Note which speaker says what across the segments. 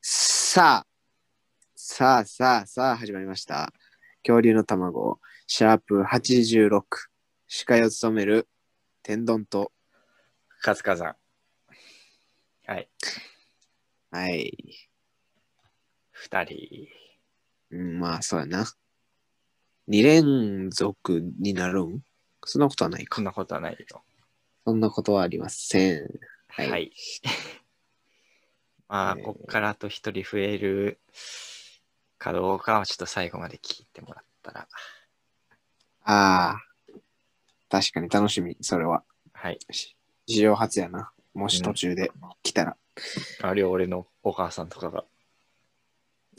Speaker 1: さあ、さあさあさあ始まりました。恐竜の卵、シャープ86、司会を務める天丼と、
Speaker 2: 春日さん。はい。
Speaker 1: はい、
Speaker 2: 二人。
Speaker 1: うん、まあそうやな。2連続になるんそんなことはない
Speaker 2: こ
Speaker 1: か
Speaker 2: ん。なことはないよ。
Speaker 1: そんなことはありません。は
Speaker 2: はいい。 まあ、
Speaker 1: えー
Speaker 2: こっからあと一人増えるかどうかはちょっと最後まで聞いてもらったら。
Speaker 1: ああ、確かに楽しみ、それは。
Speaker 2: はい。
Speaker 1: し史上初やな。もし途中で来たら。
Speaker 2: あるいは俺のお母さんとかが。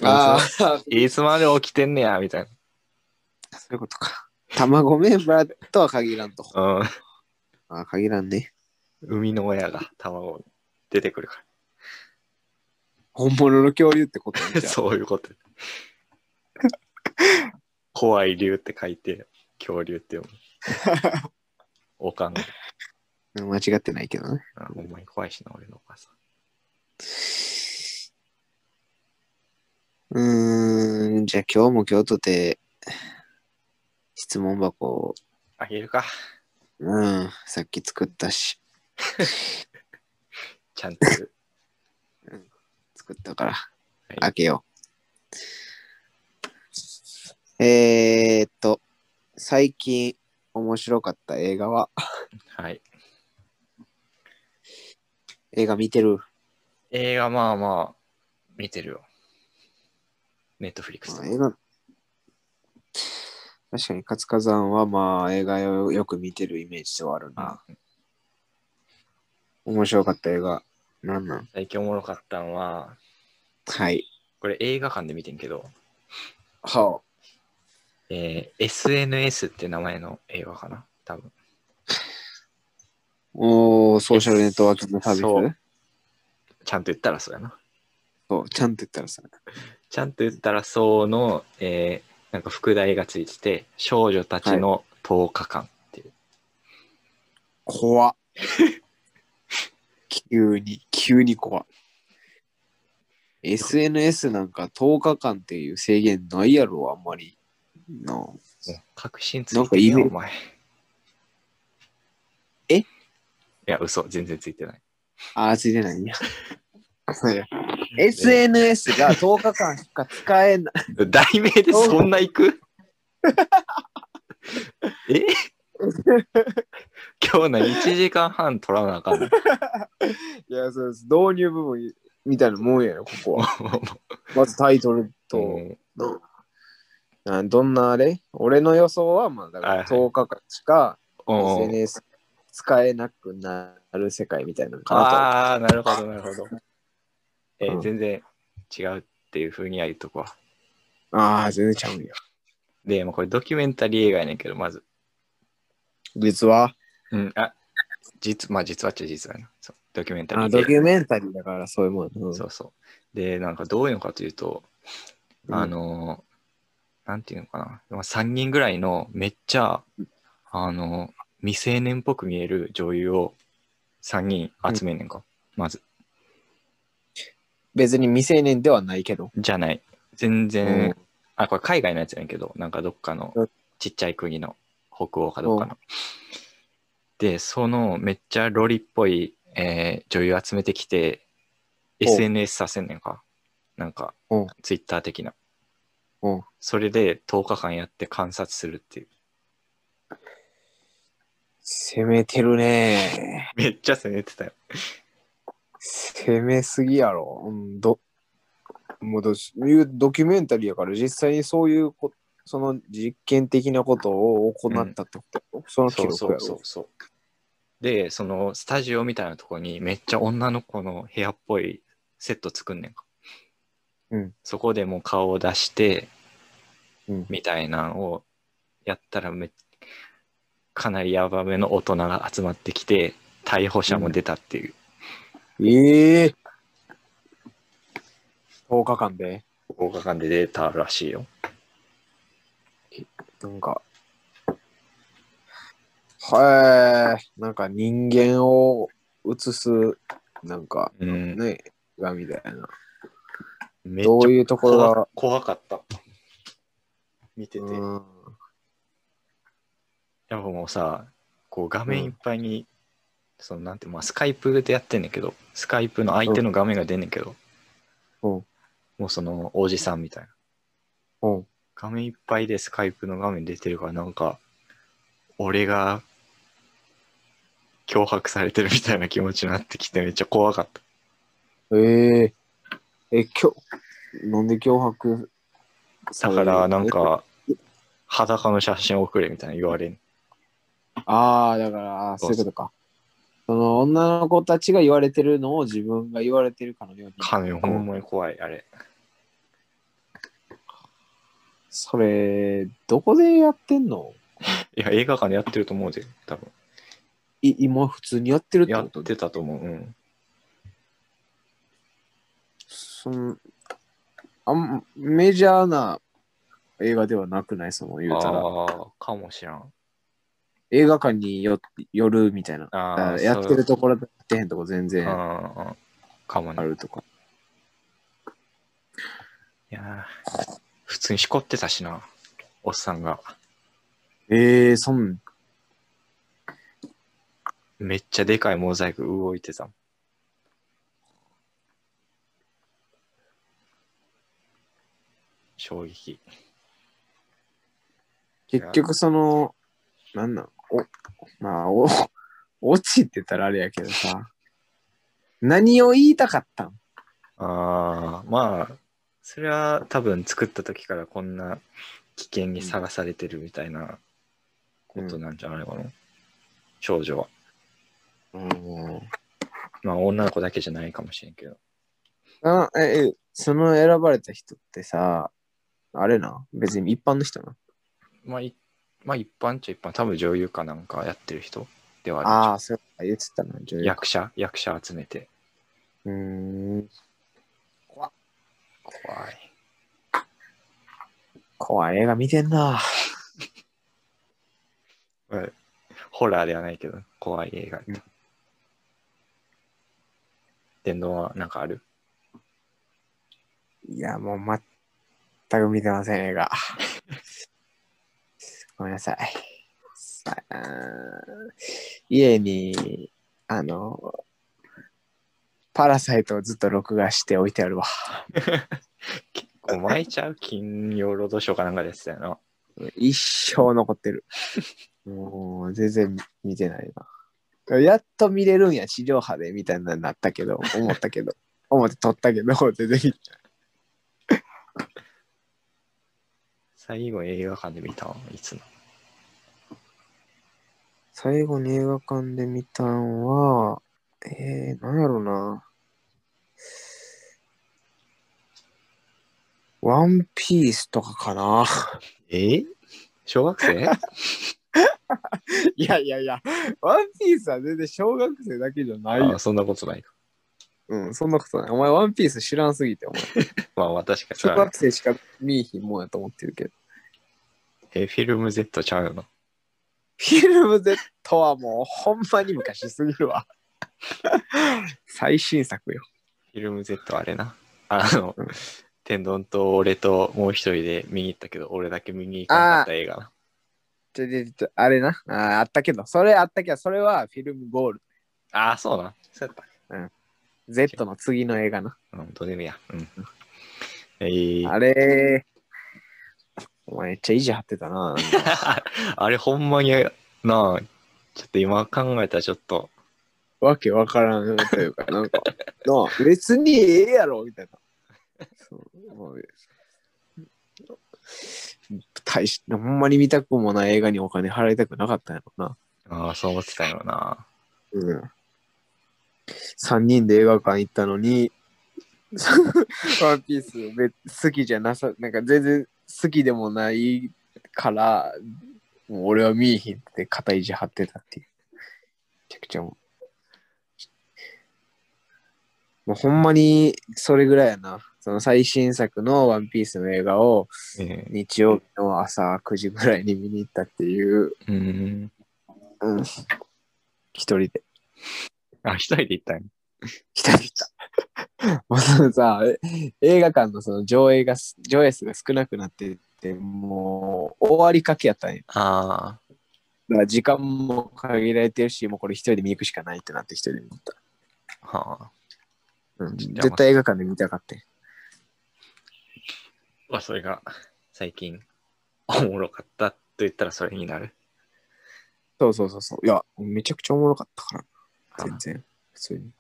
Speaker 1: ああ、
Speaker 2: い
Speaker 1: そ
Speaker 2: ついつまで起きてんねや、みたいう
Speaker 1: いうことか。卵メンバーとは限らんと。
Speaker 2: な。
Speaker 1: ああ、限らんね。
Speaker 2: うん。生みの親が卵出てくるか
Speaker 1: 本物の恐竜ってことね
Speaker 2: ら。
Speaker 1: じゃあ
Speaker 2: そういうこと。怖い竜って書いて、恐竜って読む。 おかんが。
Speaker 1: 間違ってないけどね。
Speaker 2: あほんまに怖いしな、俺のお母さん。
Speaker 1: うーん、じゃあ今日も今日とて、質問箱を、
Speaker 2: あげるか。
Speaker 1: うん、さっき作ったし、
Speaker 2: ちゃんと。
Speaker 1: 作ったから、
Speaker 2: い
Speaker 1: 開けよう。えー、っと、最近面白かった映画は、
Speaker 2: はい。
Speaker 1: 映画見てる、
Speaker 2: 映画、まあまあ、見てるよ。ネットフリックス
Speaker 1: まあ映画、確かに活火山はまあ映画をよく見てるイメージではあるな。
Speaker 2: あ
Speaker 1: 面白かった映画、なんなん
Speaker 2: 最近おもろかったのは、
Speaker 1: はい。
Speaker 2: これ映画館で見てんけど、
Speaker 1: は
Speaker 2: えー SNS って名前の映画かな多分。
Speaker 1: おーソーシャルネットワークのサービスそ
Speaker 2: そううちゃんと言ったらそうやな。
Speaker 1: ちゃんと言ったらさ。
Speaker 2: ちゃんと言ったらそうの、えーなんか副題がついてて、少女たちの10日間っていう。
Speaker 1: 怖 っ急に、急に怖っ SNS なんか10日間っていう制限ないやろ、あんまり。な
Speaker 2: もう確信つ
Speaker 1: なん
Speaker 2: い
Speaker 1: か
Speaker 2: てる
Speaker 1: イメー
Speaker 2: よ、お
Speaker 1: ジ
Speaker 2: 前。
Speaker 1: え
Speaker 2: いや、嘘、全然ついてない。
Speaker 1: ああ、ついて ないんや。そうや SNS が10日間しか使えない。
Speaker 2: 題名でそんな行くえ 今日何1時間半取らなあかん の
Speaker 1: いや、そうです。導入部分みたいなもんやろ、ここは。まずタイトルと。
Speaker 2: うん
Speaker 1: どあどんなあれ俺の予想はまあだか
Speaker 2: はいは
Speaker 1: ら
Speaker 2: い
Speaker 1: 10日間しか
Speaker 2: うん
Speaker 1: SNS 使えなくなる世界みたいなのかな
Speaker 2: ああなるほどなるほど、えー
Speaker 1: うん
Speaker 2: 全然違うっていうふうには言っとこわ
Speaker 1: と。ああー、全然ちゃうんや。
Speaker 2: で、まあ、これドキュメンタリー映画やねんけどまず、
Speaker 1: 実は、
Speaker 2: うん、あ実まあ実はっちゃ実はやなそうドキュメンタリ
Speaker 1: あ
Speaker 2: ー
Speaker 1: ドキ
Speaker 2: 映
Speaker 1: ュメンタリーだからそういうもん。う
Speaker 2: 画
Speaker 1: ん
Speaker 2: そうそうでなんかどういうのかというとあ、のーなんていうのかな、まあ、3人ぐらいのめっちゃ、あのー未成年っぽく見える女優を3人集めんねんか、まず。
Speaker 1: 別に未成年ではないけど。
Speaker 2: じゃない。全然、
Speaker 1: うん
Speaker 2: あ、これ海外のやつやねんけど、なんかどっかの
Speaker 1: うん
Speaker 2: ちっちゃい国の北欧かどっかの。で、そのめっちゃロリっぽい、えー女優集めてきて、
Speaker 1: お
Speaker 2: SNS させんねんか。なんか
Speaker 1: お、
Speaker 2: ツイッター的な。
Speaker 1: うん
Speaker 2: それで10日間やって観察するっていう。
Speaker 1: 攻めてるね
Speaker 2: めっちゃ攻めてたよ。
Speaker 1: 攻めすぎやろ。うん、どもうどいうドキュメンタリーやから実際にそういうこその実験的なことを行ったってこと、その記
Speaker 2: そう
Speaker 1: 録
Speaker 2: そ
Speaker 1: やろ
Speaker 2: うそうそう。で、そのスタジオみたいなとこにめっちゃ女の子の部屋っぽいセット作んねんか。
Speaker 1: うん
Speaker 2: そこでもう顔を出して、
Speaker 1: うん
Speaker 2: みたいなのをやったらめかなりヤバめの大人が集まってきて、逮捕者も出たっていう。
Speaker 1: ええ10日間で
Speaker 2: 10日間で出たらしいよ。
Speaker 1: なんか。はい。なんか人間を映す、なんか、
Speaker 2: うん。
Speaker 1: ね、がみたいな。
Speaker 2: めっちゃ
Speaker 1: どういうところが、
Speaker 2: 怖かった。見てて。
Speaker 1: うん
Speaker 2: やっぱもうさ、こう画面いっぱいに、そのなんて、まあ、スカイプでやってんねんけど、スカイプの相手の画面が出んねんけど、
Speaker 1: うん
Speaker 2: もうそのおじさんみたいな。
Speaker 1: うん
Speaker 2: 画面いっぱいでスカイプの画面出てるから、なんか、俺が脅迫されてるみたいな気持ちになってきて、めっちゃ怖かった。
Speaker 1: えええ、きょ、なんで脅迫
Speaker 2: だから、なん、か、裸の写真送れみたいな言われん。
Speaker 1: ああ、だから、あーそ
Speaker 2: そ
Speaker 1: うう
Speaker 2: そ
Speaker 1: いううことか。その女の子たちが言われてるのを自分が言われてるかのように。
Speaker 2: 亀、ほんまに怖い、あれ。
Speaker 1: それ、どこでやってんの
Speaker 2: いや、映画館でやってると思うで、多分。
Speaker 1: い今普通にやってるって
Speaker 2: や
Speaker 1: こ
Speaker 2: っ
Speaker 1: と
Speaker 2: てたと思う。うん。
Speaker 1: そのあんメジャーな映画ではなくないその言うたら
Speaker 2: あーかもしらん。
Speaker 1: 映画館によよるみたいな
Speaker 2: あ
Speaker 1: あ
Speaker 2: ー
Speaker 1: やってる
Speaker 2: そ
Speaker 1: ところとやってへんとこ全
Speaker 2: う
Speaker 1: 然
Speaker 2: あーかも
Speaker 1: あ
Speaker 2: ね。
Speaker 1: るとか
Speaker 2: いやー普通にしこってたしな、おっさんが。
Speaker 1: えー、そん
Speaker 2: めっちゃでかいモザイク動いてたもん。衝撃。
Speaker 1: 結局そのなんなんおまあお 落ちって言ったらあれやけどさ何を言いたかったん
Speaker 2: ああ、まあ、それは多分作った時からこんな危険にさらされてるみたいなことなんじゃないかな、少女は。
Speaker 1: うん
Speaker 2: まあ女の子だけじゃないかもしれんけど。
Speaker 1: あええその選ばれた人ってさあれな別に一般の人な
Speaker 2: まあ、いまあ一般っちゃ一般、多分女優かなんかやってる人ではあ
Speaker 1: ああそうか言ってたな女
Speaker 2: る
Speaker 1: 優
Speaker 2: でしょ役者役者集めて。
Speaker 1: うーん
Speaker 2: 怖い。
Speaker 1: 怖い映画見てんな。
Speaker 2: まあホラーではないけど、怖い映画。
Speaker 1: うん
Speaker 2: 電動はなんかある
Speaker 1: いや、もう全く見てません、映画。 ごめんなさい。さあ家に、あの、パラサイトをずっと録画して置いてあるわ。
Speaker 2: 結構巻いちゃう金曜ロードショーかなんかでしたよな。
Speaker 1: 一生残って る。もう全然見てないな。やっと見れるんや、地上波でみたいなのになったけど、思った けど、思って撮ったけど、全然見てない
Speaker 2: 最後映画館で見たのいつの
Speaker 1: 最後に映画館で見たんは、えー、なんやろな。ワンピースとかかな。
Speaker 2: え小学生
Speaker 1: いやいやいや、ワンピースは全然小学生だけじゃない
Speaker 2: あ
Speaker 1: よ。
Speaker 2: そんなことないか。
Speaker 1: うん、そんなことない。お前ワンピース知らんすぎて、お前。
Speaker 2: まあまあ確かにそ
Speaker 1: 小
Speaker 2: れはね
Speaker 1: 学生しか見えひんもんやと思ってるけど。
Speaker 2: え、フィルム Z ちゃうよな。
Speaker 1: フィルム Z はもうほんまに昔すぎるわ。最新作よ。
Speaker 2: フィルム Z あれな。あの
Speaker 1: うん、
Speaker 2: 天丼と俺ともう一人で見に行ったけど、俺だけ見に行かなかった映画な。
Speaker 1: ちょちょちょあれなあー。あったけど、それあったけど、それはフィルムゴールド
Speaker 2: ああ、そうな。そうやった。
Speaker 1: Z の次の映画な。
Speaker 2: うん、どうでもいいや。うん。えー、
Speaker 1: あれお前めっちゃ意地張ってたな。
Speaker 2: あれほんまになあ、ちょっと今考えたらちょっと、
Speaker 1: わけわからんというか、 なんか、なあ別にええやろみたいな。そうもう大しほんまに見たくもない映画にお金払いたくなかったんやろな。
Speaker 2: ああ、そう思ってたよな。
Speaker 1: うん。3人で映画館行ったのに、ワンピースめ好きじゃなさ、なんか全然好きでもないから、もう俺は見えひんって肩意地張ってたっていう。めちゃくちゃもう。もうほんまにそれぐらいやな。その最新作のワンピースの映画を
Speaker 2: え
Speaker 1: 日曜日の朝9時ぐらいに見に行ったっていう、
Speaker 2: ー、うん。
Speaker 1: うん、一人で。
Speaker 2: あ、一人で行ったんや
Speaker 1: 一人で行った。 もうそのさ、え映画館のその上映が、上映数が少なくなってって、もう終わりかけやったんよ。
Speaker 2: あ
Speaker 1: だから時間も限られてるし、もうこれ一人で見に行くしかないってなって一人で見に行った。
Speaker 2: あ、はあ。
Speaker 1: うん、
Speaker 2: じゃあ
Speaker 1: 絶対映画館で見たかった。
Speaker 2: まあ、それが最近、おもろかったと言ったらそれになる。
Speaker 1: そうそうそうそう。いや、めちゃくちゃおもろかったから、全然、普通に。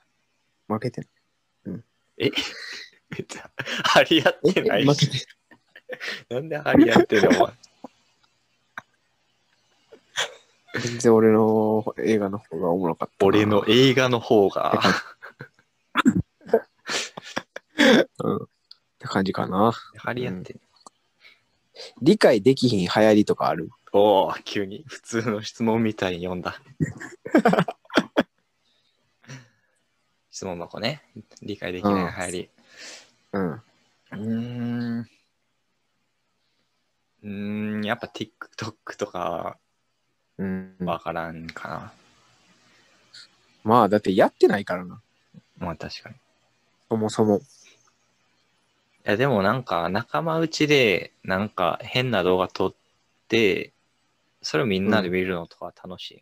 Speaker 1: 負けてない。
Speaker 2: え別に 張り合ってない
Speaker 1: 負け。
Speaker 2: してなんで張り合ってんのお前
Speaker 1: 全然俺の映画の方がおもろかった。
Speaker 2: 俺。の映画の方が。
Speaker 1: うん。って感じかな。
Speaker 2: 張り合ってんの、
Speaker 1: 理解できひん流行りとかある
Speaker 2: おお、急に普通の質問みたいに読ん だ。質問箱ね。理解できない入り。
Speaker 1: うん。
Speaker 2: うーん。うーん、やっぱ TikTok とか
Speaker 1: うん。
Speaker 2: わからんかな。
Speaker 1: まあ、だってやってないからな。
Speaker 2: まあ確かに。い
Speaker 1: そもそも。
Speaker 2: やでもなんか仲間内でなんか変な動画撮って、それをみんなで見るのとかは楽しい。っ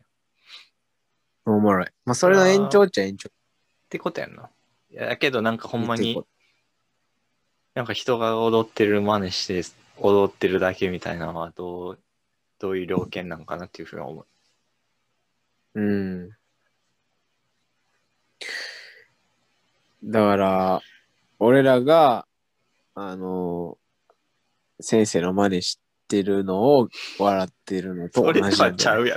Speaker 1: おもろい。まあ、それの延長っちゃ延長。
Speaker 2: てことやんな。いやだけどなんかほ
Speaker 1: ほ
Speaker 2: んまに。なんか人が踊ってる真似して踊ってるだけみたいなのはどうどういう条件なのかなっていうふうに思う。
Speaker 1: うん。だから、俺らが、あの、先生の真似してるのを笑ってるのと
Speaker 2: そ
Speaker 1: 同じ
Speaker 2: れ
Speaker 1: なん
Speaker 2: と
Speaker 1: だよ
Speaker 2: はちゃうや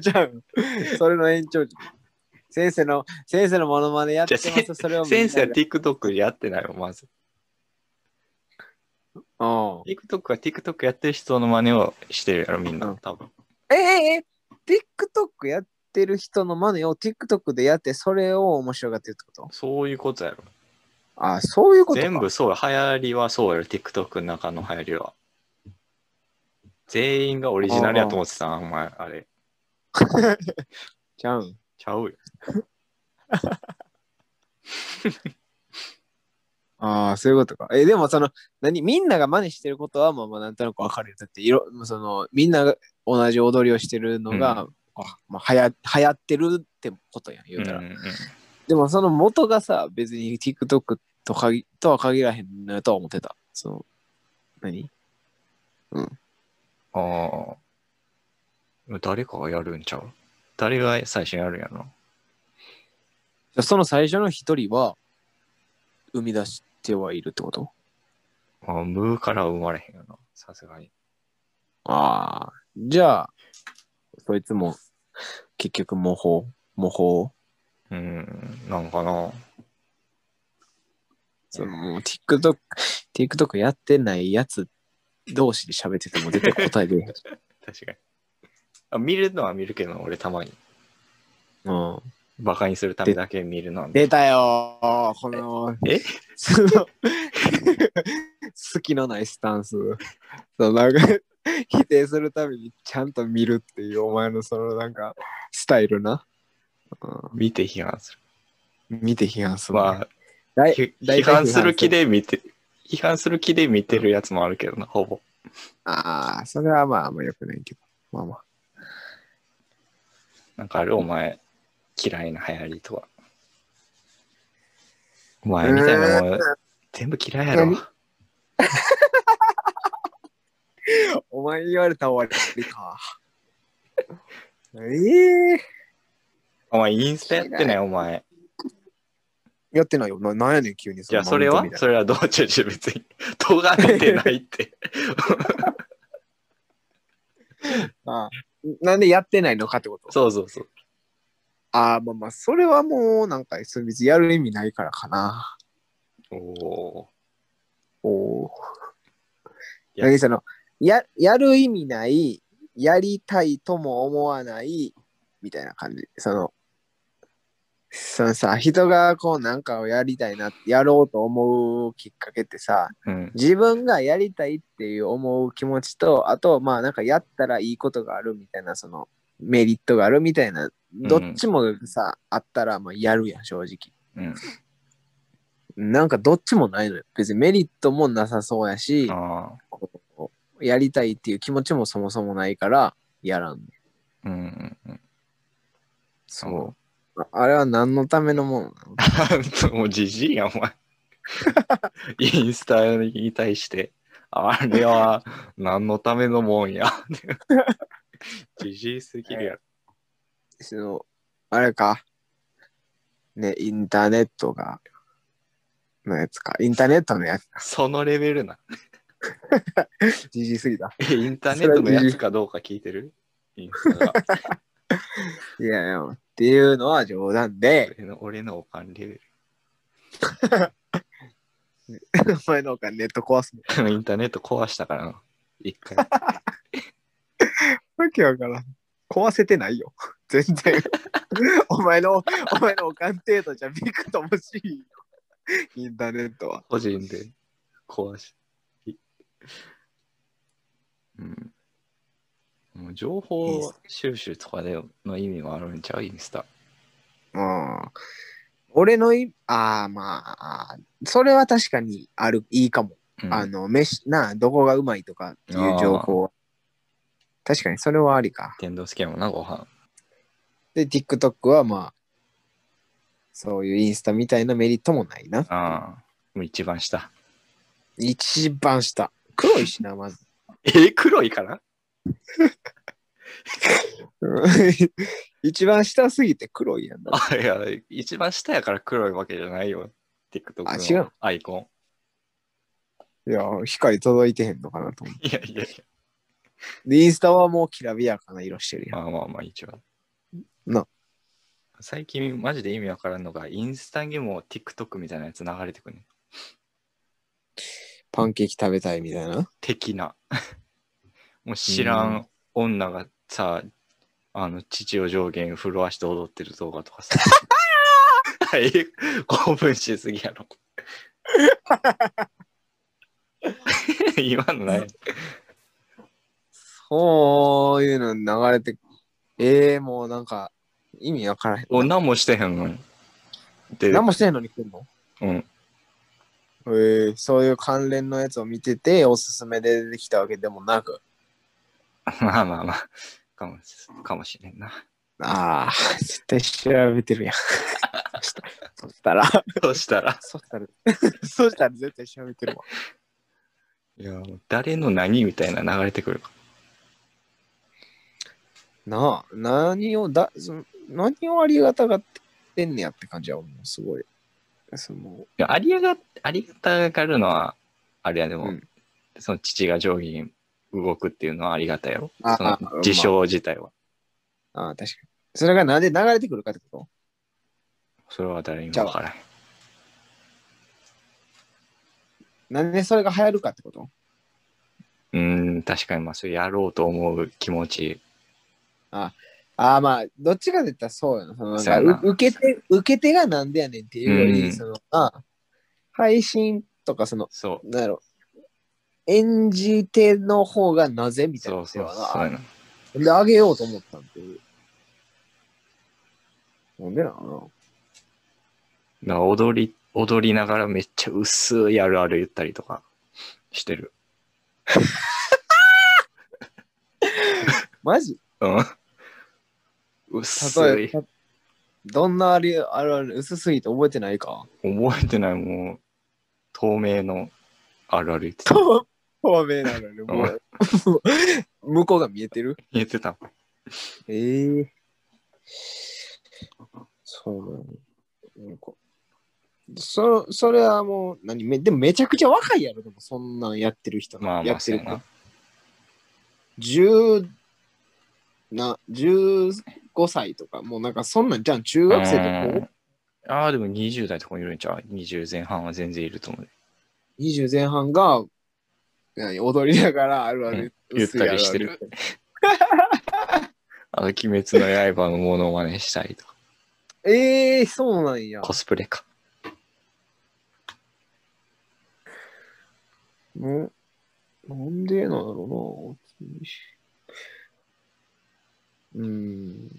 Speaker 1: ちゃう。それの延長。先生の、先生のモノマネやって
Speaker 2: じゃあ
Speaker 1: ます。それをみんな
Speaker 2: 先
Speaker 1: が
Speaker 2: 生は TikTok やってないよ、まず。
Speaker 1: うん。
Speaker 2: TikTok は TikTok やってる人の真似をしてるやろ、みんな。多分。
Speaker 1: ええええ、TikTok やってる人の真似を TikTok でやって、それを面白がってるってこと
Speaker 2: そういうことやろ。
Speaker 1: ああ、そういうことか。
Speaker 2: 全部そうよ、流行りはそうやろ、TikTok の中の流行りは。全員がオリジナルやと思ってたな、お前、あれ。
Speaker 1: ちゃうん。
Speaker 2: ちゃうよ。
Speaker 1: ああ、そういうことか。え、でもその、何みんなが真似してることは、まあまあ、なんとなくわかるよ。だって、いろ、その、みんなが同じ踊りをしてるのが、あまあ、はや、流行ってるってことやん、言うたら。
Speaker 2: うんうん
Speaker 1: でも、その元がさ、別に TikTok とかぎとは限らへんのやとは思ってた。その、何
Speaker 2: ああ。誰かがやるんちゃう誰が最初にやるんやろな。
Speaker 1: その最初の一人は、生み出してはいるってこと
Speaker 2: まあ、ムーからは生まれへんよな、さすがに。
Speaker 1: ああ、じゃあ、そいつも、結局模倣、模倣。
Speaker 2: うん、なんかな。
Speaker 1: そのもう TikTok、TikTok やってないやつ同士で喋ってても絶対答え出る。
Speaker 2: 確かに。あ見るのは見るけど、俺たまに。
Speaker 1: うん。
Speaker 2: バカにするためだけ見るなんで。
Speaker 1: 出たよーこの、
Speaker 2: え
Speaker 1: その、隙のないスタンス。そのなんか、否定するためにちゃんと見るっていうお前のそのなんか、スタイルな。うん
Speaker 2: 見て批判す
Speaker 1: 見て批判す
Speaker 2: る。
Speaker 1: るね。
Speaker 2: まあ、
Speaker 1: 大
Speaker 2: ひ
Speaker 1: 大
Speaker 2: 批
Speaker 1: 体
Speaker 2: 判する気で見て、批判する気で見てるやつもあるけどな、ほぼ。
Speaker 1: ああ、それはまあ、あんま良くないけど。まあまあ。
Speaker 2: なんかあるお前、嫌いな流行りとは。お
Speaker 1: え
Speaker 2: 前
Speaker 1: ー
Speaker 2: みたいなもん、全部嫌いやろ
Speaker 1: 何。お前に言われた終わり か。ええ
Speaker 2: お前、インスタやってない、お前。
Speaker 1: やってないよ。ななんやねん、急に
Speaker 2: じゃあ、それ
Speaker 1: マウ
Speaker 2: は
Speaker 1: ントみたい
Speaker 2: それはどうちゅうちゅう別に。咎めてない って。
Speaker 1: なあなんでやってないのかってこと
Speaker 2: そうそうそう。
Speaker 1: ああ、まあまあ、それはもう、なんか、それ別にやる意味ないからかな。
Speaker 2: おお
Speaker 1: おおー。
Speaker 2: や
Speaker 1: なんかその、や、やる意味ない、やりたいとも思わない、みたいな感じ。その、そのさ、人がこうなんかをやりたいな、やろうと思うきっかけってさ、
Speaker 2: ー。うん。
Speaker 1: 自分がやりたいっていう思う気持ちとあとまあなんかやったらいいことがあるみたいなそのメリットがあるみたいなどっちもさ、あったらまあやるやん正直
Speaker 2: うん。
Speaker 1: なんかどっちもないのよ。別にメリットもなさそうやし、
Speaker 2: あ
Speaker 1: こうやりたいっていう気持ちもそもそもないから、やらん。
Speaker 2: あ、うんうんうん。そ
Speaker 1: ああれは何のためのもんなの
Speaker 2: う。 もうじじいやん、お前。インスタに対して、あれは何のためのもんや。じじいすぎ るやろ。
Speaker 1: そのあれか。ね、インターネットが、のやつか。インターネットのやつ。
Speaker 2: そのレベルな。
Speaker 1: じじいすぎた。
Speaker 2: えインターネットのやつかどうか聞いてるインスタが。
Speaker 1: いやいや、っていうのは冗談で、
Speaker 2: 俺の俺のおかんレベル。
Speaker 1: お前の方がネット壊すの。
Speaker 2: インターネット壊したからな。一回。
Speaker 1: わけわからん。壊せてないよ。全然。 お前の、お前のおかん程度じゃびくともしいよ。インターネットは。
Speaker 2: 個人で壊し。うん。もう情報収集とかでの意味もあるんちゃうインスタ。
Speaker 1: うん。俺のい、ああ、まあ、それは確かにある、いいかも。
Speaker 2: うん、
Speaker 1: あの、飯、なあ、どこがうまいとかっていう情報は。確かに、それはありか。
Speaker 2: 天童好きやもんな、ご飯。
Speaker 1: で、TikTok はまあ、そういうインスタみたいなメリットもないな。
Speaker 2: ああ。もう一番下。
Speaker 1: 一番下。黒い しな、まず。
Speaker 2: えー黒いかな
Speaker 1: 一番下すぎて黒いやんな。
Speaker 2: あ、いや、一番下やから黒いわけじゃないよ。TikTok
Speaker 1: あ違う
Speaker 2: の
Speaker 1: の
Speaker 2: アイコン。
Speaker 1: いや、光届いてへんのかなと思
Speaker 2: いやいやいや。
Speaker 1: う。で、インスタはもうきらびやかな色してるやん。
Speaker 2: まあまあまあ、一番。
Speaker 1: な
Speaker 2: 最近、マジで意味わからんのが、インスタにも TikTok みたいなやつ流れてくるね。
Speaker 1: パンケーキ食べたいみたいな。
Speaker 2: 的な。 もう知らん女がさ、あの、父を上限震わして踊ってる動画とかさ。 はい、興奮しすぎやろ。 今のない。
Speaker 1: そういうの流れて、ええー、もうなんか、意味わからへん。
Speaker 2: お、何もしてへんのに。で、
Speaker 1: 何もしてへんのに来んの
Speaker 2: うん。
Speaker 1: えー、そういう関連のやつを見てて、おすすめで出てきたわけでもなく。
Speaker 2: まあまあまあ、かもしかもしれんな。
Speaker 1: ああ、絶対調べてる やん。そしたそしたら、
Speaker 2: そうしたら。
Speaker 1: そしたら、 そしたら絶対調べてるわ。
Speaker 2: いや、もう誰の何みたいな流れてくるか。
Speaker 1: なあ、何をだ、その何をありがたがってんねやって感じは、もうすごい。その、
Speaker 2: いやありやが、ありがたがるのは、あれやでも、
Speaker 1: うん
Speaker 2: その父が上下に動くっていうのはありがたいやろ。
Speaker 1: あ
Speaker 2: その事象自体は。
Speaker 1: ああ、確かに。それがなんで流れてくるかってこ
Speaker 2: それは誰にもわからん。
Speaker 1: となんでそれが流行るかってこと
Speaker 2: うーん、確かにまあ、それやろうと思う気持ち。
Speaker 1: ああ、まあ、どっちかで言ったらそうやな。そのなん
Speaker 2: そうや
Speaker 1: か
Speaker 2: な
Speaker 1: う受け手、受け手がなんでやねんっていうより、
Speaker 2: うん
Speaker 1: その、ああ配信とか、その、
Speaker 2: そう。
Speaker 1: なんやろ、演じ手の方がなぜみたい
Speaker 2: そ
Speaker 1: な
Speaker 2: う
Speaker 1: こと
Speaker 2: そう
Speaker 1: やな。
Speaker 2: そうやな。
Speaker 1: なんであげようと思ったんっていう。なんでなの
Speaker 2: だから踊り、踊りながらめっちゃ薄いあるある言ったりとかしてる。
Speaker 1: マジ
Speaker 2: うん。
Speaker 1: 例
Speaker 2: 薄
Speaker 1: え
Speaker 2: い。
Speaker 1: ばどんなあれあるある薄すぎて覚えてないか
Speaker 2: 覚えてない、もう、透明のあるある言って た。
Speaker 1: 透明なのにもう 向こうが見えてる
Speaker 2: 言ってた。
Speaker 1: ええそうなのなんかそそれはもう何めでもめちゃくちゃ若いやろでもそんなんやってる人
Speaker 2: まあま
Speaker 1: や
Speaker 2: あ、
Speaker 1: って
Speaker 2: そう
Speaker 1: る
Speaker 2: やな。
Speaker 1: 10な15歳とかもうなんかそんなんじゃん中学生とか
Speaker 2: うんああ、でも20代とかもいるんちゃう ?20 前半は全然いると思う。
Speaker 1: 20前半が何踊りながらあるある、
Speaker 2: うんゆったりしてる
Speaker 1: 薄いああ言って
Speaker 2: あの、鬼滅の刃のものまねしたりとか、
Speaker 1: ええー、そうなんや。
Speaker 2: コスプレか。
Speaker 1: ね、なんでなんだろうな。うーん。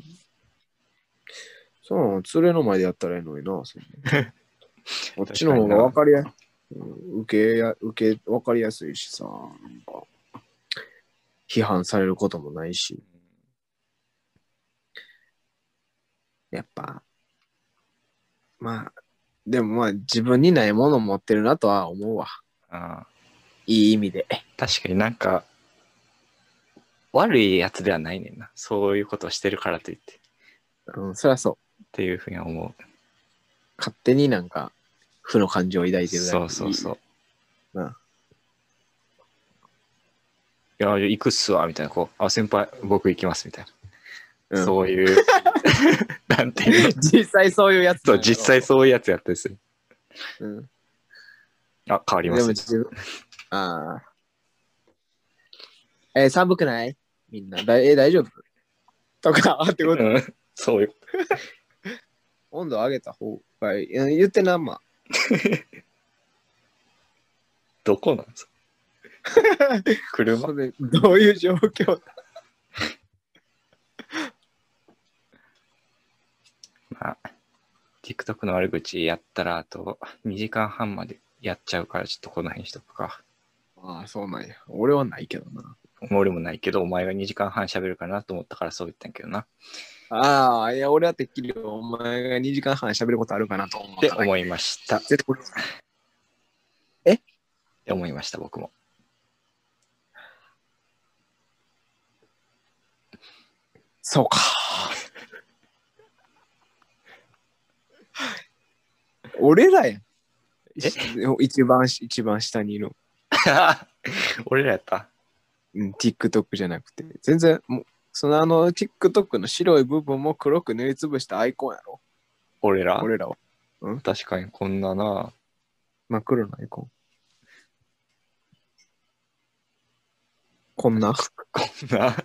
Speaker 1: そうなの、連れの前でやったらええのにな。そんなこっちの方が分かりやうん受けや受け分かりやすいしさ、なんか批判されることもないし、やっぱ、まあ、でもまあ自分にないものを持ってるなとは思うわ。
Speaker 2: あ
Speaker 1: いい意味で。
Speaker 2: ー確かになんか、悪いやつではないねんな。そういうことをしてるからといって。
Speaker 1: うん、そりゃそう。
Speaker 2: っていうふうには思
Speaker 1: 勝手になんか、負の感情を抱
Speaker 2: う。
Speaker 1: いてるだけ
Speaker 2: そうそうそう。
Speaker 1: うん
Speaker 2: いや、行くっすわ、みたいな。こう、あ、先輩、僕行きます、みたいな。
Speaker 1: うん
Speaker 2: そういう、 なんていうの。
Speaker 1: 実際そういうやつ
Speaker 2: そ
Speaker 1: な
Speaker 2: う、
Speaker 1: の
Speaker 2: 実際そういうやつやったりする。
Speaker 1: うん。
Speaker 2: あ、変わり
Speaker 1: で
Speaker 2: ま
Speaker 1: も
Speaker 2: す。
Speaker 1: 自分、ああ。えー寒くないみんな。だえー大丈夫とか、 あってこと、
Speaker 2: うんそうよ。
Speaker 1: 温度上げた方がいい。うん言ってな、まあ。
Speaker 2: どこなんですか車
Speaker 1: そ れどういう状況
Speaker 2: まあ、TikTok の悪口やったら、あと2時間半までやっちゃうから、ちょっとこの辺しとくか。
Speaker 1: ああ、そうなんや。俺はないけどな。
Speaker 2: 俺もないけど、お前が2時間半喋るかなと思ったからそう言ったんやけどな。
Speaker 1: ああ、いや、俺はてっきりお前が2時間半喋ることあるかなと思っ
Speaker 2: って
Speaker 1: たから。
Speaker 2: 思いました。っ
Speaker 1: 絶対俺
Speaker 2: て思いました、僕も。
Speaker 1: そうか。 俺らやん。一番し、一番下にいる。
Speaker 2: 俺らやった。
Speaker 1: うん、TikTok じゃなくて。全然、もう、そのあの TikTok の白い部分も黒く塗りつぶしたアイコンやろ。
Speaker 2: 俺ら
Speaker 1: 俺らは。
Speaker 2: 確かにこんなな。
Speaker 1: 真っ黒のアイコン。こん な。
Speaker 2: こんな、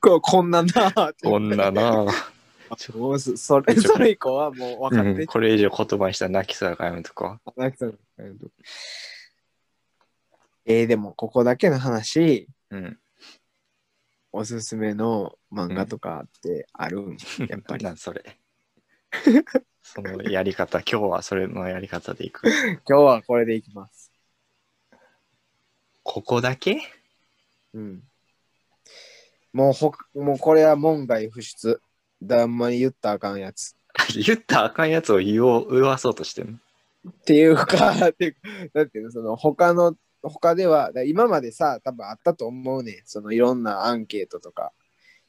Speaker 1: ここんななあって
Speaker 2: こんな な。
Speaker 1: もうそそれ、それ以降はもう分かっ
Speaker 2: う
Speaker 1: て
Speaker 2: ん。これ以上言葉にしたら泣きそうやからやめとか。
Speaker 1: なくちゃなるほどえー、でもここだけの話、
Speaker 2: うん。
Speaker 1: おすすめの漫画とかってあるん、やっぱり。
Speaker 2: なんそれ。そのやり 方、今日はそれのやり方でいく。
Speaker 1: 今日はこれでいきます。
Speaker 2: ここだけ
Speaker 1: うん。もうほか、もうこれは門外不出。だんまり言ったらあかんやつ。
Speaker 2: 言ったらあかんやつを言おう、言わそうとしてんの。
Speaker 1: っていうか、 っていうなんていうの、その他の、他では、だ今までさ、多分あったと思うねん。そのいろんなアンケートとか。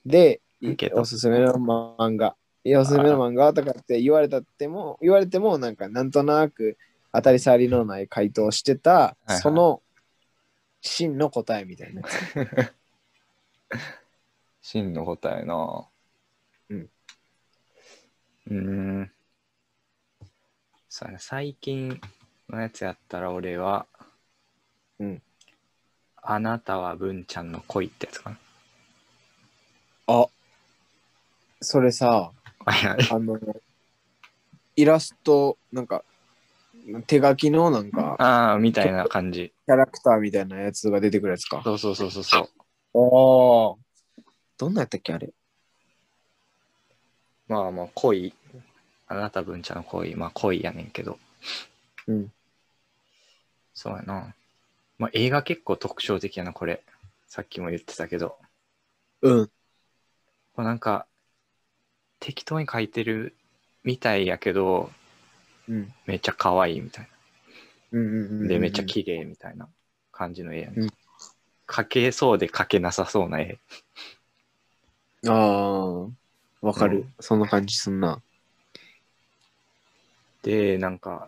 Speaker 1: で、
Speaker 2: アンケート
Speaker 1: おすすめの漫画。いやおすすめの漫画とかって言われたっても、言われても、なんか、なんとなく当たり障りのない回答をしてた、
Speaker 2: いはい
Speaker 1: その真の答えみたいなやつ。
Speaker 2: 真の答えな
Speaker 1: うん。
Speaker 2: うーん。そうやな最近のやつやったら俺は、
Speaker 1: うん。
Speaker 2: あなたは文ちゃんの恋ってやつかな。
Speaker 1: それさ、
Speaker 2: はいはい。
Speaker 1: あの、イラスト、なんか、手書きのなんか、
Speaker 2: ああ、みたいな感 じ。
Speaker 1: キャラクターみたいなやつが出てくるやつか。
Speaker 2: そうそうそうそうそう。
Speaker 1: おお。どんなやったっけ、あれ。
Speaker 2: まあまあ恋。あなた文ちゃんの恋。まあ恋やねんけど。
Speaker 1: うん。
Speaker 2: そうやな。まあ映画結構特徴的やな、これ。さっきも言ってたけど。
Speaker 1: うん。
Speaker 2: こうなんか適当に書いてるみたいやけど
Speaker 1: うん。
Speaker 2: めっちゃ可愛いみたい
Speaker 1: うんうんうんう。
Speaker 2: なんでめっちゃ綺麗みたいな感じの絵やね、
Speaker 1: うん
Speaker 2: 描けそうで描けなさそうな絵
Speaker 1: ああ。わかる、
Speaker 2: うん
Speaker 1: そんな感じすんな。
Speaker 2: でなんか、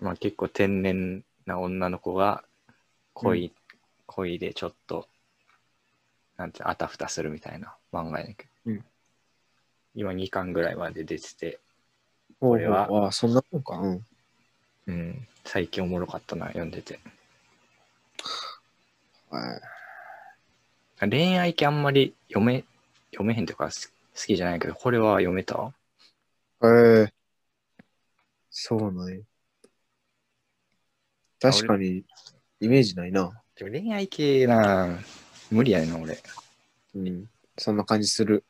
Speaker 2: まあ、結構天然な女の子が恋,、恋でちょっとなんてあたふたするみたいな漫画やねんけど、
Speaker 1: うん
Speaker 2: 今2巻ぐらいまで出てて、
Speaker 1: こ
Speaker 2: れは
Speaker 1: ああ、そんなもんか。うん。
Speaker 2: うん、最近おもろかったな読んでて
Speaker 1: はい
Speaker 2: 恋愛系あんまり読め、読めへんというかす好きじゃないけど、これは読めたわ
Speaker 1: へえそうなんや。確かに、イメージないな。
Speaker 2: でも恋愛系な無理やねんな、俺。
Speaker 1: うん。そんな感じする。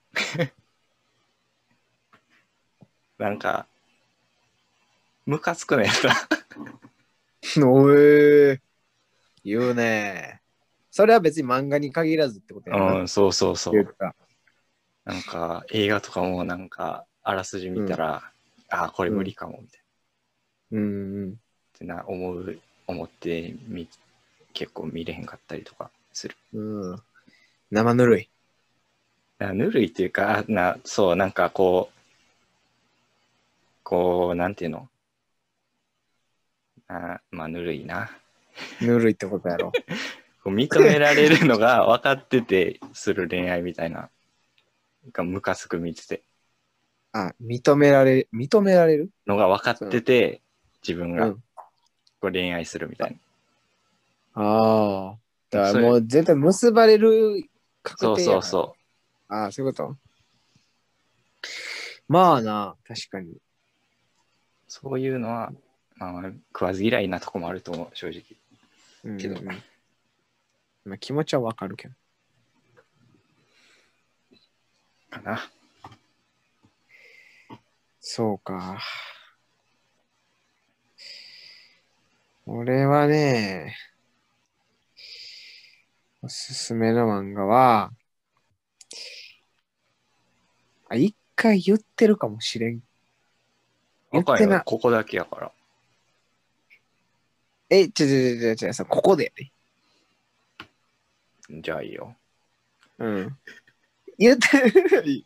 Speaker 2: なんか、ムカつくねやった。
Speaker 1: おえ言うねそれは別に漫画に限らずってことやな、
Speaker 2: うん、そうそうそ
Speaker 1: 言
Speaker 2: う
Speaker 1: う。か
Speaker 2: なんか映画とかもなんかあらすじ見たら、ああ、これ無理かもみたい
Speaker 1: うんうん
Speaker 2: な、ってな思う、思ってみ結構見れへんかったりとかする。
Speaker 1: うん生ぬるい
Speaker 2: なぬるいっていうか、あなそう、なんかこう、こう、なんていうのあまあ、ぬるいな。
Speaker 1: ぬるいってことや ろ
Speaker 2: こう認められるの が分かっててする恋愛みたいな、がムカつく見てて、
Speaker 1: あ認められ認められる
Speaker 2: のが分かってて、自分
Speaker 1: う
Speaker 2: が
Speaker 1: ん
Speaker 2: こう恋愛するみたいな。
Speaker 1: ああだからもう絶対結ばれる確定
Speaker 2: そうそう
Speaker 1: う
Speaker 2: そ
Speaker 1: ああそういうことまあな確かに
Speaker 2: う。そういうのは、まあ、食わず嫌いなとこもあると思う、正直。
Speaker 1: うん
Speaker 2: けど
Speaker 1: うんまあ、気持ちはわかるけど
Speaker 2: かな。
Speaker 1: そうか。俺はね、おすすめの漫画は、あ、一回言ってるかもしれん。言ってな
Speaker 2: 若
Speaker 1: い
Speaker 2: のはここだけやから。
Speaker 1: え、ちょちょちょちょちょ、さ、ここでやで。
Speaker 2: じゃあいいよ。
Speaker 1: うん。言って、適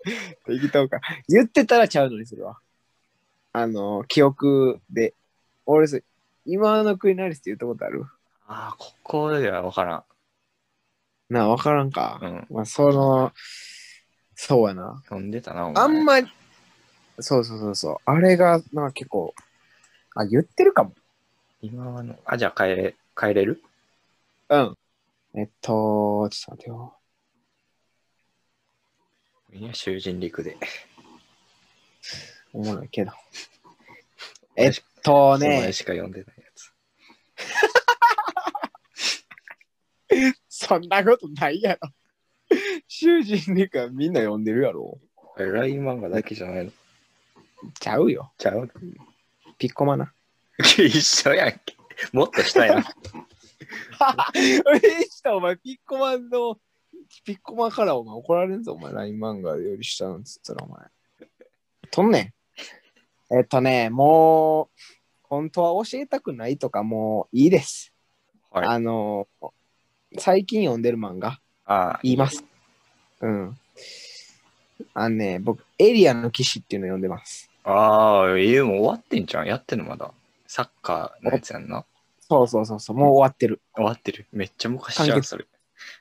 Speaker 1: 当か。言ってたらちゃうのにするわ。あの、記憶で。俺さ、今の国なりって言ったことある
Speaker 2: ああ、ここでは分から
Speaker 1: なあ、わからんか。
Speaker 2: ん。うん。
Speaker 1: まあ、その、そうやな。
Speaker 2: 飛んでたな、お前
Speaker 1: あんまり、そうそうそうそう。あれが、なんか結構、あ、言ってるかも。
Speaker 2: 今はの。あ、じゃあ帰れ、帰れる
Speaker 1: うん。えっと、ちょっと待ってよ。
Speaker 2: いや、囚人陸で。
Speaker 1: おもろいけど。えっと
Speaker 2: お前
Speaker 1: ね、
Speaker 2: しか読んでないやつ。
Speaker 1: そんなことないやろ。 囚人にかみんな呼んでるやろ。
Speaker 2: あれ、LINE 漫画だけじゃないの。
Speaker 1: ちゃうよ。
Speaker 2: ちゃう
Speaker 1: ピッコマな。
Speaker 2: 一緒やんけ。もっとし たや
Speaker 1: え
Speaker 2: ん。
Speaker 1: した、お前、ピッコマの、ピッコマからお前怒られんぞ、お前、LINE 漫画より下なんつったら、お前。とんねん。えっとね、もう、本当は教えたくないとか、もういいです。
Speaker 2: はい
Speaker 1: あの、最近読んでる漫画、
Speaker 2: あ
Speaker 1: 言います。うん。あのね、僕、エリアの騎士っていうの読んでます。
Speaker 2: あ、ああ、言うもう終わってんじゃん。やってんのまだ。サッカーのやつやんな。
Speaker 1: そうそうそう、そうもう終わってる。
Speaker 2: 終わってる。めっちゃ昔じゃ
Speaker 1: 完
Speaker 2: ん、
Speaker 1: 結
Speaker 2: それ。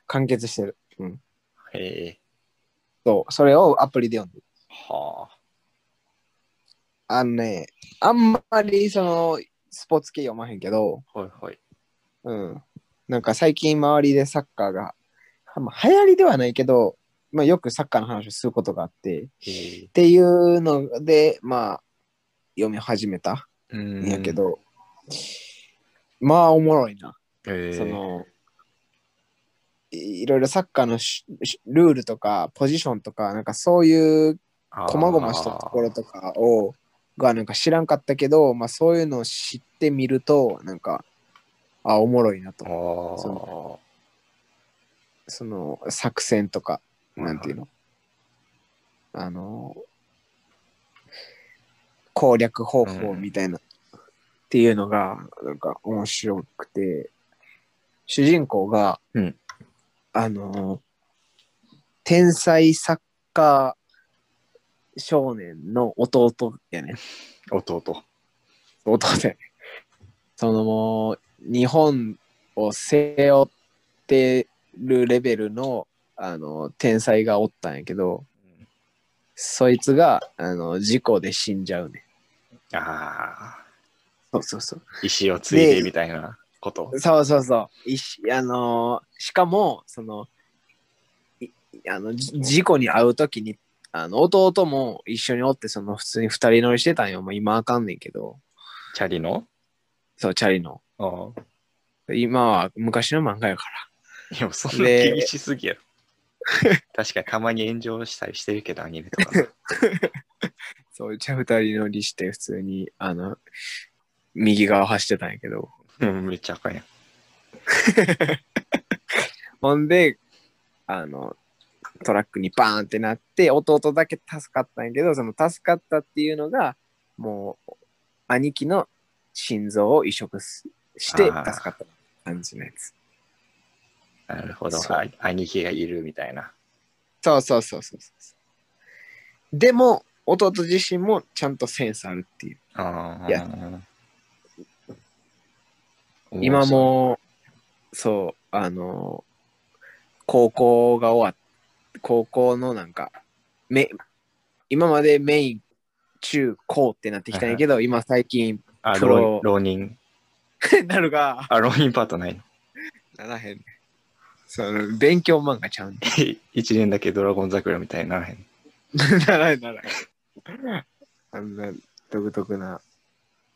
Speaker 1: 完結してる。
Speaker 2: へえ。
Speaker 1: そう、それをアプリで読んでる
Speaker 2: はあ。
Speaker 1: あのね、あんまりそのスポーツ系読まへんけど、
Speaker 2: はいはい。
Speaker 1: うん。なんか最近周りでサッカーが、まあ、流行りではないけど、まあ、よくサッカーの話をすることがあって、っ
Speaker 2: へえ。
Speaker 1: ていうので、まあ、読み始めた
Speaker 2: うんん
Speaker 1: やけ。ど、まあ、おもろいな。
Speaker 2: へえ。
Speaker 1: そのいいろいろサッカーのししルールとかポジションとかなんかそういう
Speaker 2: こ
Speaker 1: こまごましたところとかをがなんか知らんかったけど、まあ、そういうのを知ってみるとなんかあおもろいなと
Speaker 2: あ
Speaker 1: その作戦とか
Speaker 2: はいはい
Speaker 1: なんていうのあの攻略方法みたいな、っていうのがなんか面白くて主人公が、
Speaker 2: うん
Speaker 1: あの天才サッカー少年の弟やね
Speaker 2: あ。弟。
Speaker 1: 弟でそのもう日本を背負ってるレベルのあの天才がおったんやけどそいつがあの事故で死んじゃうね
Speaker 2: あ
Speaker 1: そ
Speaker 2: あ。
Speaker 1: うそうそう
Speaker 2: 石を継いでみたいなこと。
Speaker 1: そうそうそういしあのーしかもそのいあのじ事故に遭う時にあの弟も一緒におってその普通に二人乗りしてたんよもう今あかんねんけど
Speaker 2: チャリの
Speaker 1: そうチャリの
Speaker 2: ああ。
Speaker 1: 今は昔の漫画やから
Speaker 2: いや、そんな
Speaker 1: で
Speaker 2: 厳しすぎやろ。 確かにたまに炎上したりしてる けど、アニメとか。
Speaker 1: そう、じゃあ二人乗りして普通に、あの、右側走ってたんやけど。
Speaker 2: うんめっちゃ赤いやん。
Speaker 1: ほんで、あの、トラックにバーンってなって、弟だけ助かったんやけど、その助かったっていうのが、もう、兄貴の心臓を移植すして助
Speaker 2: あ
Speaker 1: か
Speaker 2: ー
Speaker 1: った感じのやつ。
Speaker 2: なるほど。
Speaker 1: そう
Speaker 2: あ兄貴がいるみたいな。
Speaker 1: そうそうそうそうそう。でも、弟自身もちゃんとセンスあるっていう。
Speaker 2: ああ。
Speaker 1: いや今
Speaker 2: 面
Speaker 1: もうそうあの高校が終わっ高校のなんかめ今までメイン中高ってなってきたんやけど今最近
Speaker 2: 白い、あ、
Speaker 1: プロ
Speaker 2: 浪浪人。
Speaker 1: なるが
Speaker 2: あ、浪人パートないの。
Speaker 1: ならへんねその勉強漫画ちゃうね
Speaker 2: 一年だけドラゴン桜みたいにならへん。
Speaker 1: ならへんならへんあんな独特な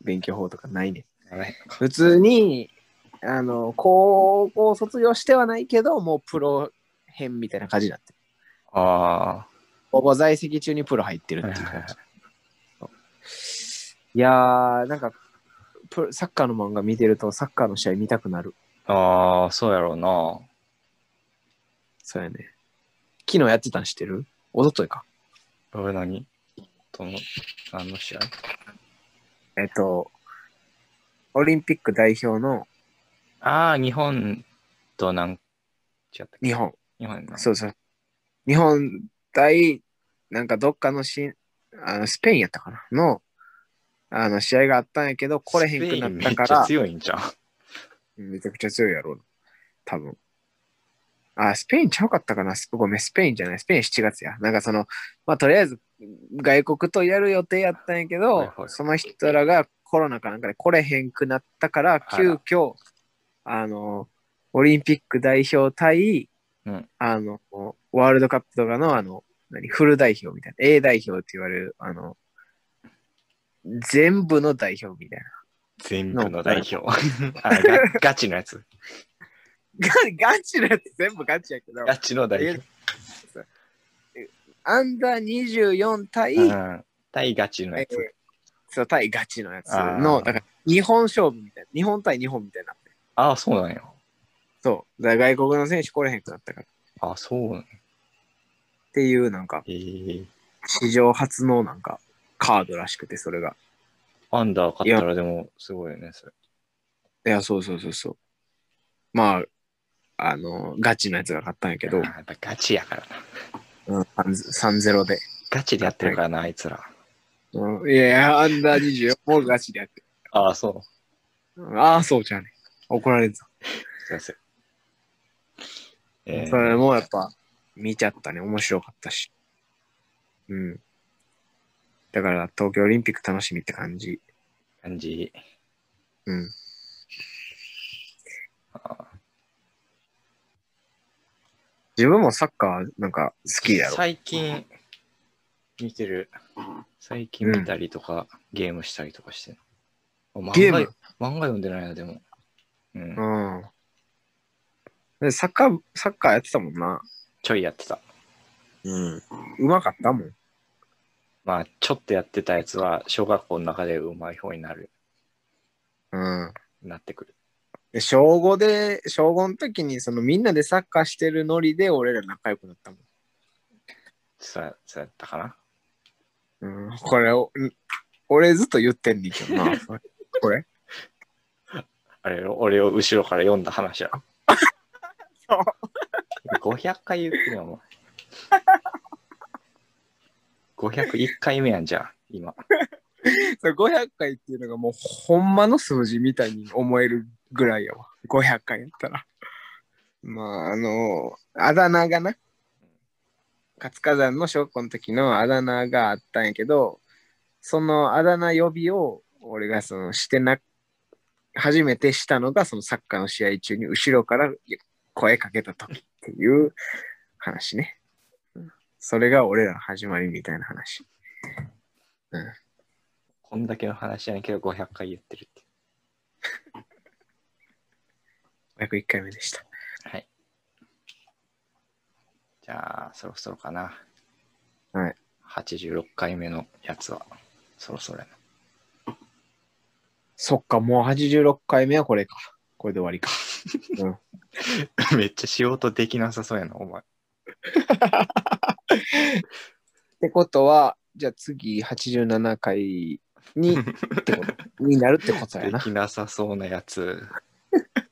Speaker 1: 勉強法とかないね
Speaker 2: ならへんのか。
Speaker 1: 普通にあの高校卒業してはないけどもうプロ編みたいな感じになってる
Speaker 2: あ
Speaker 1: ほぼ在籍中にプロ入ってるっ
Speaker 2: あ。
Speaker 1: ていう感じいやー、なんか、プロサッカーの漫画見てると、サッカーの試合見たくなる。
Speaker 2: ああ、そうやろうな。
Speaker 1: そうやね。昨日やってたん知ってるおとといか。
Speaker 2: 俺何との、何の試合
Speaker 1: えっと、オリンピック代表の
Speaker 2: ああ、日本となん、違ったっけ
Speaker 1: 日本。
Speaker 2: 日本やな。
Speaker 1: そうそう。日本対、なんかどっかのしあのスペインやったかなの、あの試合があったんやけど、来れへんくなったか
Speaker 2: スペインめっちゃ
Speaker 1: ら、
Speaker 2: 強いんじゃん。
Speaker 1: めちゃくちゃ強いやろうな。多分。あ、スペインちゃうかったかなすごめん、スペインじゃない。スペイン7月や。なんかその、まあとりあえず外国とやる予定やったんやけど、
Speaker 2: はいはい
Speaker 1: その人らがコロナかなんかで来れへんくなったから、
Speaker 2: あ
Speaker 1: 急
Speaker 2: ら
Speaker 1: 遽、あの、オリンピック代表対、
Speaker 2: うん
Speaker 1: あの、ワールドカップとかの、あの、何、フル代表みたいな、A 代表って言われる、あの、全部の代表みたいな。
Speaker 2: 全部の代表。 あガガチのやつ。
Speaker 1: ガガチのやつ全部ガチやけど。
Speaker 2: ガチの代表。
Speaker 1: アンダー24対、
Speaker 2: うん。対ガチのや
Speaker 1: えー
Speaker 2: つ。
Speaker 1: そう対ガチのやつ
Speaker 2: あー
Speaker 1: の、だから日本勝負みたいな、日本対日本みたいな。
Speaker 2: ああ、そうなんや。
Speaker 1: そう。だから外国の選手来れへんくなったから。っ
Speaker 2: ああ、そうなんや。
Speaker 1: ていう、なんか、
Speaker 2: えー
Speaker 1: 史上初のなんか、カードらしくて、それが。
Speaker 2: アンダー勝ったらでも、すごいよね、それ。
Speaker 1: いや、そうそうそうそう。まあ、あの、ガチのやつが勝ったんやけど
Speaker 2: あ、ーやっぱガチやからな。
Speaker 1: うん、3-0で。
Speaker 2: ガチでやってるからな、あいつら。
Speaker 1: うん、いやいや、アンダー24もガチでやって。
Speaker 2: ああ、そう。
Speaker 1: うんああ、そうじゃうね。怒られるぞ。
Speaker 2: すいません。えー
Speaker 1: それもやっぱ見ちゃったね。面白かったし。うん。だから東京オリンピック楽しみって感じ。
Speaker 2: 感じ。
Speaker 1: うん。
Speaker 2: あ
Speaker 1: 自分もサッカーなんか好きやろ。
Speaker 2: 最近、見てる。最近見たりとか、ゲームしたりとかしてる。漫画
Speaker 1: ゲーム
Speaker 2: 漫画読んでないな、でも。うん。
Speaker 1: うん。でサッカー、サッカーやってたもんな。
Speaker 2: ちょいやってた。
Speaker 1: うん。うまかったもん。
Speaker 2: まあ、ちょっとやってたやつは、小学校の中でうまい方になる、
Speaker 1: うん。
Speaker 2: なってくる。
Speaker 1: で小5で、小5の時にそのみんなでサッカーしてるノリで俺ら仲良くなったもん。
Speaker 2: そうそうやったかな。
Speaker 1: うん。これを、うん俺ずっと言ってんねんけどな。これ
Speaker 2: あれよ、俺を後ろから読んだ話やろ。
Speaker 1: そう。
Speaker 2: 500回言ってるよ、お前。501回目やんじゃん、今。
Speaker 1: それ500回っていうのがもうほんまの数字みたいに思えるぐらいやわ500回やったらまああのあだ名がな活火山の小学校の時のあだ名があったんやけどそのあだ名呼びを俺がそのしてな初めてしたのがそのサッカーの試合中に後ろから声かけた時っていう話ねうんそれが俺らの始まりみたいな話
Speaker 2: こんだけの話やねんけど、500回言ってるって。
Speaker 1: 501回目でした
Speaker 2: はい。じゃあ、そろそろかな。
Speaker 1: はい。
Speaker 2: 86回目のやつは、そろそろやな。
Speaker 1: そっか、もう86回目はこれか。これで終わりか。
Speaker 2: めっちゃ仕事できなさそうやな、お前。
Speaker 1: ってことは、じゃあ次87回にってことになるってことや
Speaker 2: で
Speaker 1: な。
Speaker 2: きなさそうなやつ。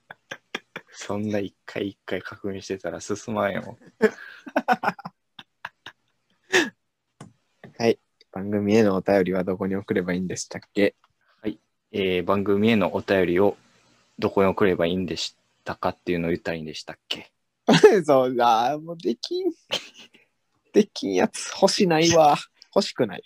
Speaker 2: そんな一回一回確認してたら進まんよ。
Speaker 1: 番組へのお便りはどこに送ればいいんでしたっけ
Speaker 2: えー番組へのお便りをどこに送ればいいんでしたかっていうのを言ったらいいんでしたっけ
Speaker 1: そうだ、もうできん。 できんやつ。欲しないわ。欲しくない。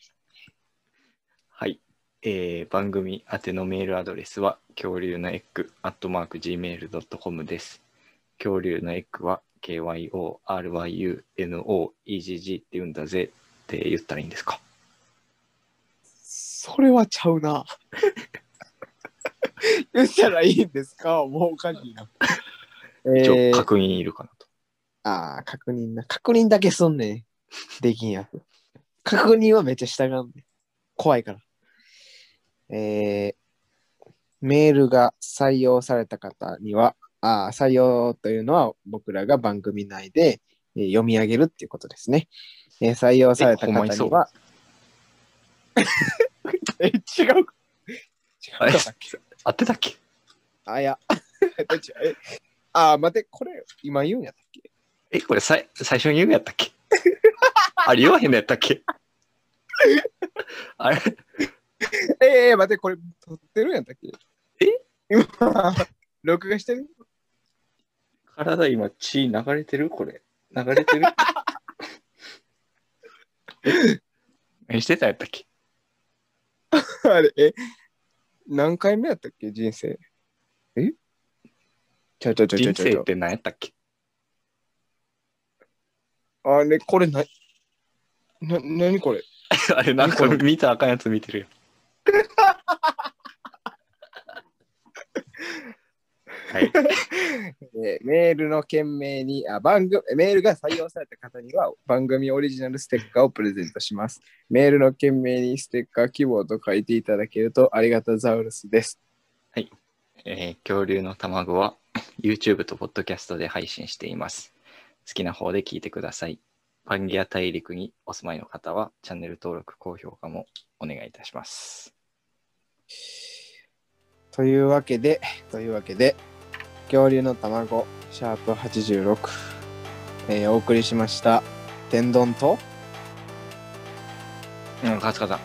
Speaker 2: はい。えー番組宛てのメールアドレスは恐竜のエッグアットマーク Gmail.com です。恐竜のエッグは KYORYUNOEGG って言うんだぜって言ったらいいんですか
Speaker 1: それはちゃうな。言ったらいいんですかもうおかしいな。
Speaker 2: 一応
Speaker 1: えー、
Speaker 2: 確認いるかなと。
Speaker 1: ああ、確認な。確認だけすんねん。できんやつ。確認はめっちゃ従うんねん。怖いから。えーメールが採用された方には、ああ、採用というのは僕らが番組内でえー読み上げるっていうことですね。えー採用された方
Speaker 2: えほんまにそ
Speaker 1: に
Speaker 2: う
Speaker 1: は、 え、違う。
Speaker 2: あ
Speaker 1: 違
Speaker 2: れ
Speaker 1: うか。
Speaker 2: 合ってたっけ
Speaker 1: あ、いや。 どっちえああ、待って、これ、今言うんやったっけ
Speaker 2: え、これさい最初に言うやったっけ あれ言わへんのやったっけ あれ
Speaker 1: ええ待って、これ、撮ってるんやったっけえ今、録画してる
Speaker 2: 体今血流れてるこれ。流れてる え何してたやったっけ
Speaker 1: あれ、え、何回目やったっけ人生。えちょちょちょち
Speaker 2: 人
Speaker 1: ょ
Speaker 2: 生
Speaker 1: ち
Speaker 2: っ
Speaker 1: ょ。
Speaker 2: て何やったっけ
Speaker 1: あれ、これな、な、なにこれ
Speaker 2: あれなんか
Speaker 1: これ
Speaker 2: 見たらあかんやつ見てるよ。 はい。
Speaker 1: えーメールの件名にあ番組、メールが採用された方には番組オリジナルステッカーをプレゼントします。メールの件名にステッカー希望と書いていただけるとありがたザウルスです。
Speaker 2: えー恐竜の卵は YouTube と Podcast で配信しています。好きな方で聞いてください。パンギア大陸にお住まいの方はチャンネル登録、高評価もお願いいたします。
Speaker 1: というわけで、というわけで、恐竜の卵、シャープ86、えーお送りしました。天丼と
Speaker 2: うん、カツカさん。